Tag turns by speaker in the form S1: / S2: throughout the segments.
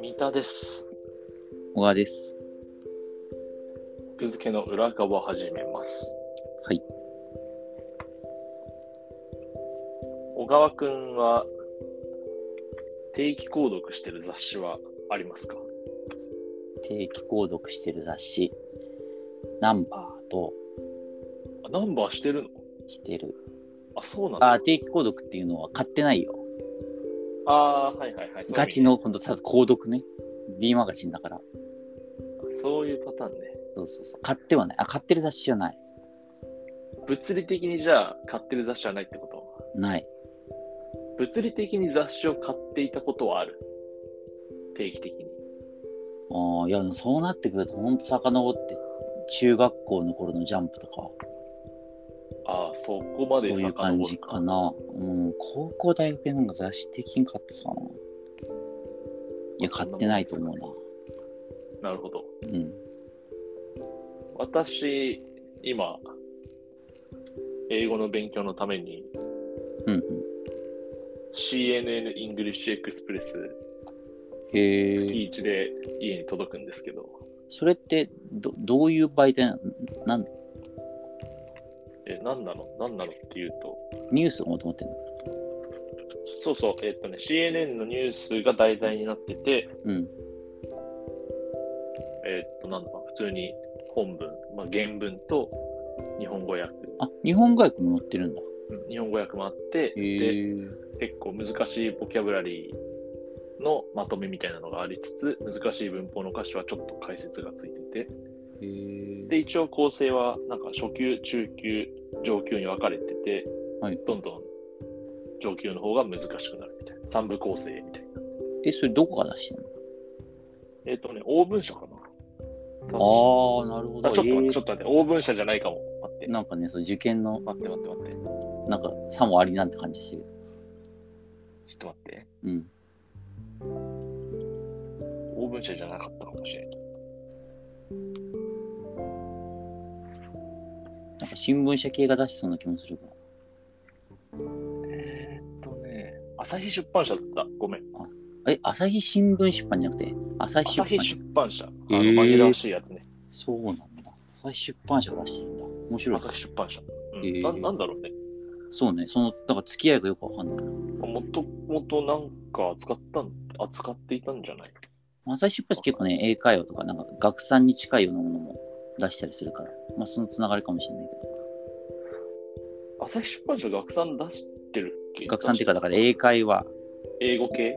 S1: 三田です。
S2: 小川です。
S1: 奥付けの裏側始めます。
S2: はい。
S1: 小川くんは定期購読してる雑誌はありますか
S2: 定期購読してる雑誌、ナンバーと
S1: あナンバーしてるの
S2: してる。
S1: あ、そうなんだ。
S2: あー、定期購読っていうのは買ってないよ。
S1: あー、はいはいはい。そういう意味
S2: ガチの、ほんと、ただ購読ね。D マガジンだから。
S1: そういうパターンね。
S2: そうそうそう。買ってはない。あ、買ってる雑誌じゃない。
S1: 物理的にじゃあ買ってる雑誌はないってこと
S2: ない。
S1: 物理的に雑誌を買っていたことはある定期的に。
S2: あーいや、でもそうなってくると、ほんと遡って、中学校の頃のジャンプとか、
S1: ああ、そこま
S2: そう
S1: で
S2: いう感
S1: 遡る
S2: じかな。うん、高校、大学でなんか雑誌的に買ってたかな。いや、買ってないと思う
S1: な
S2: な。
S1: るほど。
S2: うん。
S1: 私、今、英語の勉強のために
S2: うんうん。
S1: CNN イングリッシュエクスプレス
S2: へー
S1: 月1で家に届くんですけど、
S2: それってどどういう媒体なのなん
S1: え、何なの何なのっていうと、
S2: ニュースをもと思ってんの
S1: そうそう、えっとね、CNN のニュースが題材になってて、
S2: うん。
S1: えっと、なんだ、普通に本文、まあ、原文と日本語訳、
S2: あ日本語訳も載ってるんだ。
S1: うん日本語訳もあって、で、
S2: へえ。
S1: 結構難しいボキャブラリーのまとめみたいなのがありつつ難しい文法の歌詞はちょっと解説がついててで
S2: へ
S1: 一応構成はなんか初級中級上級に分かれてて、
S2: はい
S1: どんどん上級の方が難しくなるみたいな三部構成みたいな
S2: え、それどこが出してんの
S1: えっ、とね大文書かな
S2: ああ、なるほ
S1: あちょっと待っ
S2: え
S1: て、
S2: ー
S1: ちょっと待って大文書じゃないかも待って
S2: なんかね、その受験の、
S1: 待って待って待って
S2: なんか、さもありなんて感じでしたけど。
S1: ちょっと待って
S2: うん。
S1: 大文書じゃなかったかもしれない
S2: なんか新聞社系が出しそうな気もするから。
S1: えっ、とね朝日出版社だったごめん
S2: え、朝日新聞出版じゃなくて、朝日
S1: 朝
S2: 出版
S1: 日出版社あ
S2: え
S1: の
S2: ー
S1: 紛らわしいやつね
S2: そうなんだ。朝日出版社が出してるんだ。面白い
S1: 朝。日出版社。うん
S2: へー
S1: ななんだろうね。
S2: そうね、その、だから付き合いがよくわかんないな。
S1: もともとなんか扱ったん、扱っていたんじゃない
S2: 朝日出版社結構ね、英会話とか、なんか学産に近いようなものも出したりするから、まあそのつながりかもしれないけど。
S1: 朝日出版社学さん出してるっけ
S2: 学産っていうか、だから英会話
S1: 英語系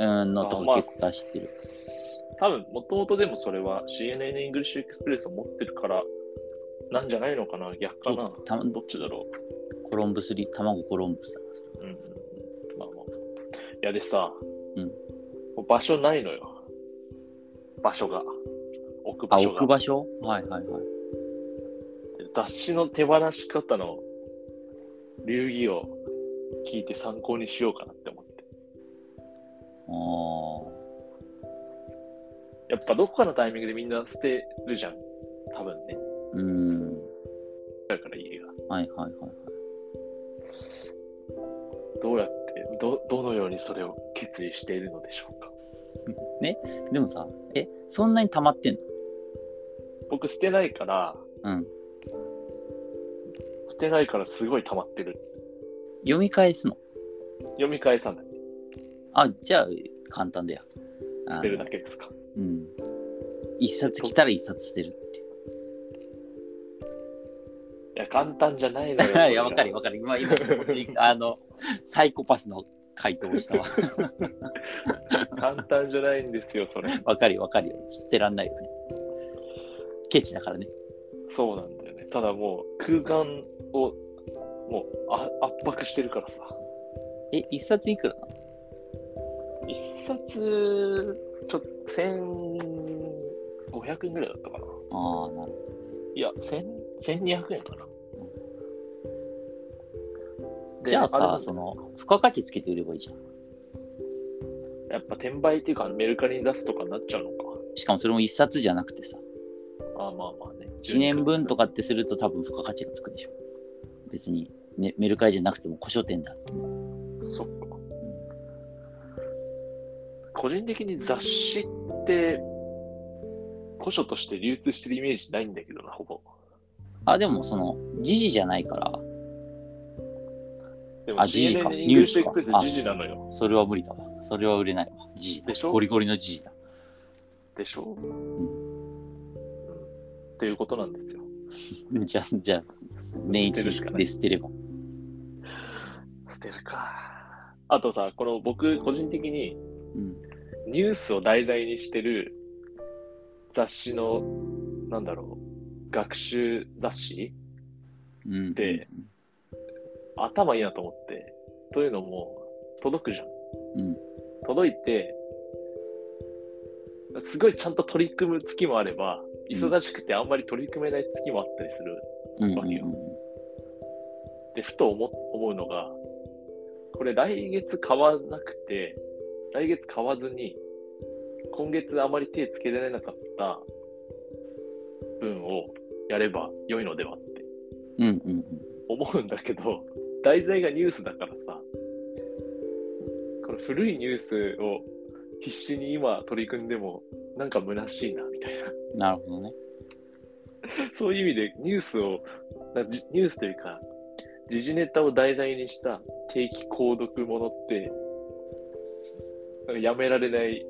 S2: うんのと
S1: あま
S2: こ
S1: あ
S2: 結構出してる。
S1: 多分、もともとでもそれは CNN イングリッシュエクスプレスを持ってるから、なんじゃないのかな逆かな
S2: そうたま
S1: どっちだろ
S2: コロンブスリ、卵コロンブスだな。それ
S1: ううんうんうん。まあまあ。いやでさ、
S2: うん
S1: もう場所ないのよ。場所が。置く場
S2: あ、
S1: 所
S2: 置く
S1: が。
S2: 場所はいはいはい。
S1: 雑誌の手放し方の流儀を聞いて参考にしようかなって思って。
S2: あ
S1: やっぱどこかのタイミングでみんな捨てるじゃん。多分ね。
S2: ーうん。
S1: だから家が。
S2: はいはいはいはい。
S1: どうやって、ど、どのようにそれを決意しているのでしょうか。
S2: でもさ、え、そんなに溜まってんの
S1: 僕捨てないから、
S2: うん。
S1: 捨てないからすごい溜まってる。
S2: 読み返すの
S1: 読み返さない。
S2: あ、じゃあ簡単だよ。あの
S1: 捨てるだけですか。
S2: うん。一冊来たら一冊捨てるっていう。
S1: いや、簡単じゃないのよ。
S2: いや、わかるよわかる。今、今、あの、サイコパスの回答をした わ。
S1: 簡単じゃないんですよ、それ。
S2: わかるよわかるよ。捨てらんないよね。ケチだからね。
S1: そうなんだよね。ただもう、空間を、もうあ圧迫してるからさ。
S2: え、一冊いくらなの
S1: 一冊、ちょっと、千五百円ぐらいだったかな。
S2: ああ、なるほど。
S1: いや、千、千二百円かな。で
S2: じゃあ
S1: れな
S2: さ
S1: ん、だ
S2: その、付加価値つけて売ればいいじゃん。
S1: やっぱ転売っていうか、メルカリに出すとかになっちゃうのか。
S2: しかもそれも一冊じゃなくてさ、
S1: ああまあまあね。
S2: 1年分と
S1: か。
S2: かってすると多分付加価値がつくでしょ。別にメメルカリじゃなくても古書店だって。
S1: そっか。個人的に雑誌って、古書として流通してるイメージないんだけどな、ほぼ。
S2: あ、でもその、時事じゃないから、
S1: でも
S2: あ時事か
S1: CNN イングリッシュエ
S2: ニュースか
S1: クスプレスで時事なのよ。
S2: それは無理だわ。それは売れないわ。時事だ
S1: でしょ
S2: ゴリゴリの時事だ。
S1: でしょ、うん、っていうことなんですよ。
S2: じゃあ、じゃあ、年一
S1: 捨てるしかな
S2: で
S1: い
S2: 捨てれば。
S1: 捨てるか。あとさ、この僕、個人的に
S2: うん。
S1: ニュースを題材にしてる雑誌の、なんだろう、学習雑誌
S2: うん。
S1: で頭いいなと思って。というのも、届くじゃん。
S2: うん。
S1: 届いて、すごいちゃんと取り組む月もあれば、
S2: うん
S1: 忙しくてあんまり取り組めない月もあったりする。
S2: うん。うん。
S1: わけよ
S2: う
S1: で、ふと思思うのが、これ来月買わなくて、来月買わずに、今月あまり手つけられなかった分をやれば良いのではって
S2: ん。うん。うん。
S1: 思うんだけど、題材がニュースだからさ、この古いニュースを必死に今取り組んでも、なんか虚しいな、みたいな。
S2: うんなるほどね。
S1: そういう意味でニュースを、なじニュースというか、時事ネタを題材にした定期購読ものって、なんかやめられない、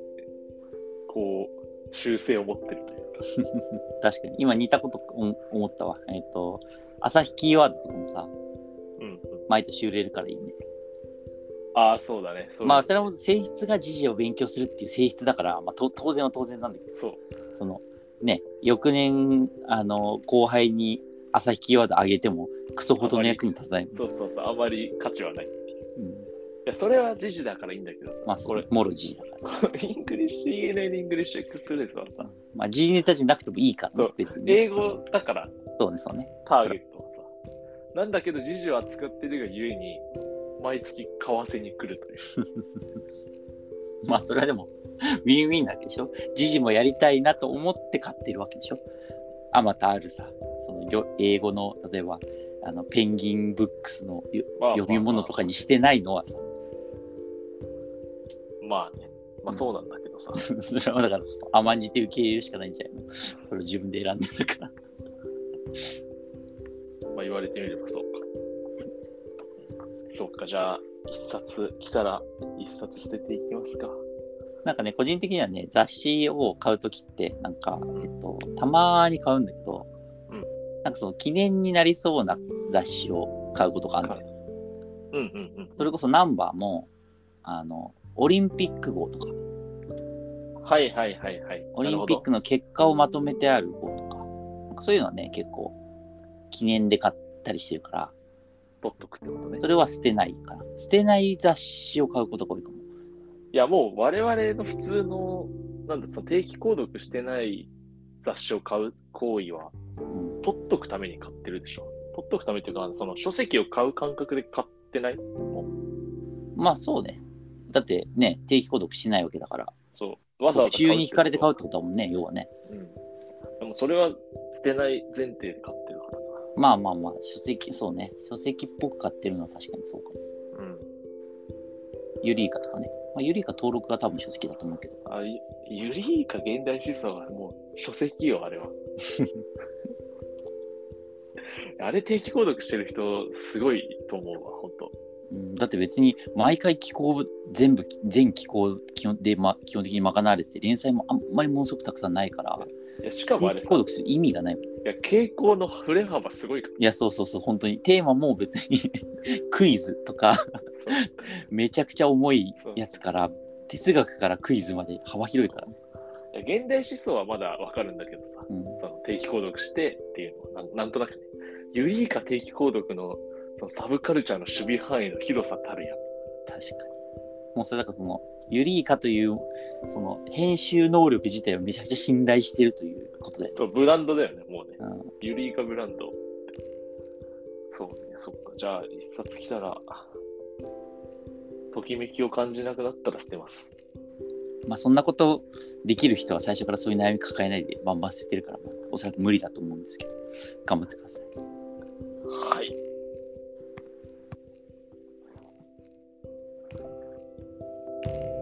S1: こう、習性を持ってるというか。
S2: 確かに。今似たこと思思ったわ。えっ、と、朝日キーワードとかもさ、
S1: うんうん、
S2: 毎年売れるからいいね。
S1: ああ、そうだね。そう
S2: まあ、それはもう性質が時事を勉強するっていう性質だから、まあ、と当然は当然なんだけど、
S1: そう。
S2: その、ね、翌年、あの、後輩に朝日キーワードあげても、クソほどの役に立たない。
S1: そうそうそう。あまり価値はない。い
S2: うん、
S1: や、それは時事だからいいんだけどさ、
S2: まあ、そ
S1: これ
S2: れ、、もろ時事だから。
S1: イングリッシュ CNN イングリッシュエクスプレスはさ、
S2: まあ、時事ネタじゃなくてもいいから、
S1: そ
S2: ね
S1: う、
S2: 別にね。
S1: 英語だから、
S2: そうね、そうね。
S1: ターゲットはさ。なんだけど、時事を扱ってるがゆえに、毎月為替に来るという。
S2: まあ、それはでも、ウィンウィンなわけでしょ。時事もやりたいなと思って買ってるわけでしょ。あまたあるさ、そのよ英語の、例えば、あのペンギンブックスのよ
S1: まあ
S2: 読み物とかにしてないのはさ、
S1: まあね。まあそうなんだけどさ。
S2: それはだから甘んじて受け入れるしかないんじゃないのそれを自分で選んでるから。
S1: まあ言われてみればそうか。そっか、じゃあ、一冊来たら、一冊捨てていきますか。
S2: なんかね、個人的にはね、雑誌を買うときって、なんか、えっと、たまーに買うんだけど、
S1: うん
S2: なんかその記念になりそうな雑誌を買うことがあるんだよ。
S1: うんうんうん。
S2: それこそナンバーも、あの、オリンピック号とか、
S1: はいはいはいはい。
S2: オリンピックの結果をまとめてある号とか、なんかそういうのはね、結構、記念で買ったりしてるから、
S1: 取っとくってことね
S2: そ。れは捨てないかな。捨てない雑誌を買うことが多いかも。
S1: いやもう我々の普通の、なんだ、その定期購読してない雑誌を買う行為は、
S2: うん、
S1: 取っとくために買ってるでしょ。取っとくためっていうか、その書籍を買う感覚で買ってない
S2: まあそうね。だってね、定期購読しないわけだから、
S1: そう。わざわざ
S2: 特集に惹かれて買うっててことだもんね、要はね。
S1: こと。うん。でもそれは捨てない前提で買ってるからさ。
S2: まあまあまあ、書籍、そうね。書籍っぽく買ってるのは確かにそうかも。
S1: うん。
S2: ユリイカとかね。まあ、ユリイカ登録が多分書籍だと思うけど。
S1: あゆゆりいか現代思想はもう書籍よ、あ れは。あれ定期購読してる人、すごいと思うわ、ほんと。
S2: うん、だって別に毎回気候全部全気候基本で、ま、基本的に賄われてて連載もあんまりものすごくたくさんないから
S1: いや、しかもあ
S2: 定
S1: れさ
S2: 期購、読する意味がないもんい
S1: いや、傾向の振れ幅すごいから。
S2: やそうそうそう本当にテーマも別に クイズとかめちゃくちゃ重いやつから哲学からクイズまで幅広いからね、
S1: そういや現代思想はまだわかるんだけどさ、
S2: うん、
S1: その定期購読してっていうのはなんなんとなくね、ユリイカ定期購読のそのサブカルチャーの守備範囲の広さたるやん。
S2: 確かにもうそれだからそのユリイカというその編集能力自体をめちゃくちゃ信頼してるということだよね
S1: そう、ブランドだよね、もうね。
S2: うん
S1: ユリイカブランド。そうね、そっか。じゃあ、一冊来たら、ときめきを感じなくなったら捨てます。
S2: まあそんなことできる人は最初からそういう悩み抱えないでバンバン捨ててるから、まあおそらく無理だと思うんですけど、頑張ってください。
S1: はい。
S2: う。